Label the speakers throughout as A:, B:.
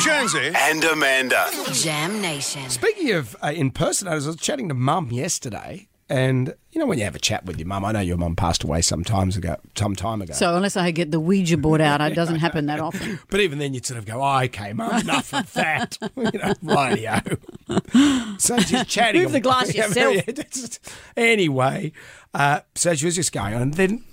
A: Jonesy and Amanda.
B: Jam Nation.
C: Speaking of uh, impersonators, I was chatting to mum yesterday, and you know when you have a chat with your mum, I know your mum passed away some times ago, some time ago.
D: So unless I get the Ouija board out, it doesn't happen that often.
C: but even then, you'd sort of go, oh, "Okay, mum, enough of that." you know, rightio. so she's chatting.
D: Move the glass
C: Yeah,
D: yourself.
C: yeah, just- anyway, uh, so she was just going on, and then.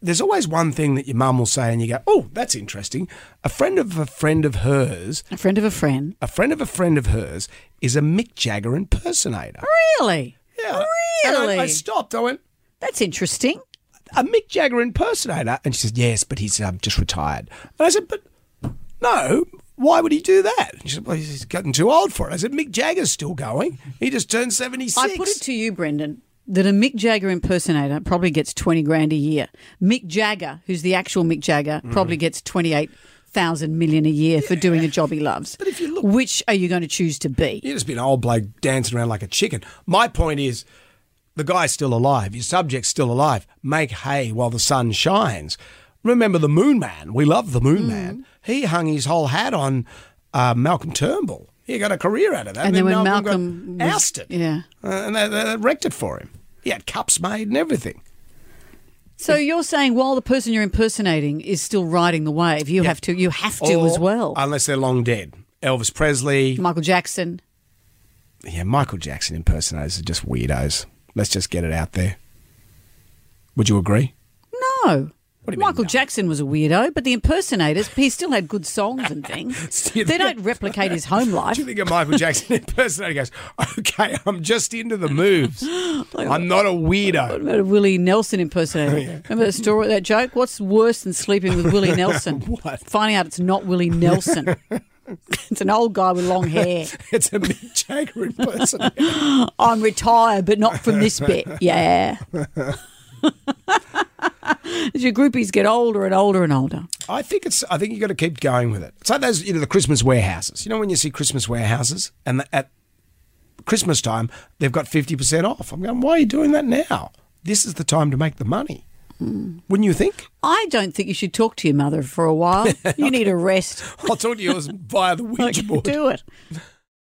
C: There's always one thing that your mum will say, and you go, "Oh, that's interesting." A friend of a friend of hers
D: A friend of a friend.
C: a friend of a friend of hers is a Mick Jagger impersonator.
D: Really?
C: Yeah. And
D: Really?
C: I, I stopped. I went,
D: That's interesting.
C: a Mick Jagger impersonator? And she said, yes, but he's um, just retired. And I said, but no, why would he do that? And she said, well, he's getting too old for it. I said, Mick Jagger's still going. He just turned 76.
D: I put it to you, Brendan, that a Mick Jagger impersonator probably gets 20 grand a year. Mick Jagger, who's the actual Mick Jagger, probably gets 28,000 million a year for doing a job he loves. But if you look, which are you going to choose to be?
C: You'd just be an old bloke dancing around like a chicken. My point is, the guy's still alive. Your subject's still alive. Make hay while the sun shines. Remember the Moon Man. We love the Moon
D: Mm.
C: Man. He hung his whole hat on uh, Malcolm Turnbull. He got a career out of that.
D: And then when Malcolm
C: got
D: was-
C: ousted,
D: yeah.
C: Uh, and they, they wrecked it for him. He had cups made and everything.
D: So you're saying while the person you're impersonating is still riding the wave, you have to you have to
C: Or-
D: as well.
C: unless they're long dead. Elvis Presley.
D: Michael Jackson.
C: Yeah, Michael Jackson impersonators are just weirdos. Let's just get it out there. Would you agree?
D: No.
C: What do you mean,
D: Michael
C: no?
D: Jackson was a weirdo, but the impersonators, he still had good songs and things.
C: you
D: they
C: think-
D: don't replicate his home life.
C: Do you think a Michael Jackson impersonator goes, okay, I'm just into the moves. I'm Oh, not a weirdo.
D: What about a Willie Nelson impersonator? Remember that story, that joke? What's worse than sleeping with Willie Nelson?
C: What?
D: Finding out it's not Willie Nelson. it's an old guy with long hair.
C: It's a Mick Jagger impersonator.
D: I'm retired, but not from this bit. Yeah. As your groupies get older and older and older.
C: I think it's. I think you got to keep going with it. It's like those, you know, the Christmas warehouses. You know, when you see Christmas warehouses and the, at Christmas time they've got fifty percent off. I'm going, why are you doing that now? This is the time to make the money, wouldn't you think?
D: I don't think you should talk to your mother for a while. You need a rest.
C: I'll talk to yours via the Ouija
D: Like,
C: board.
D: do it.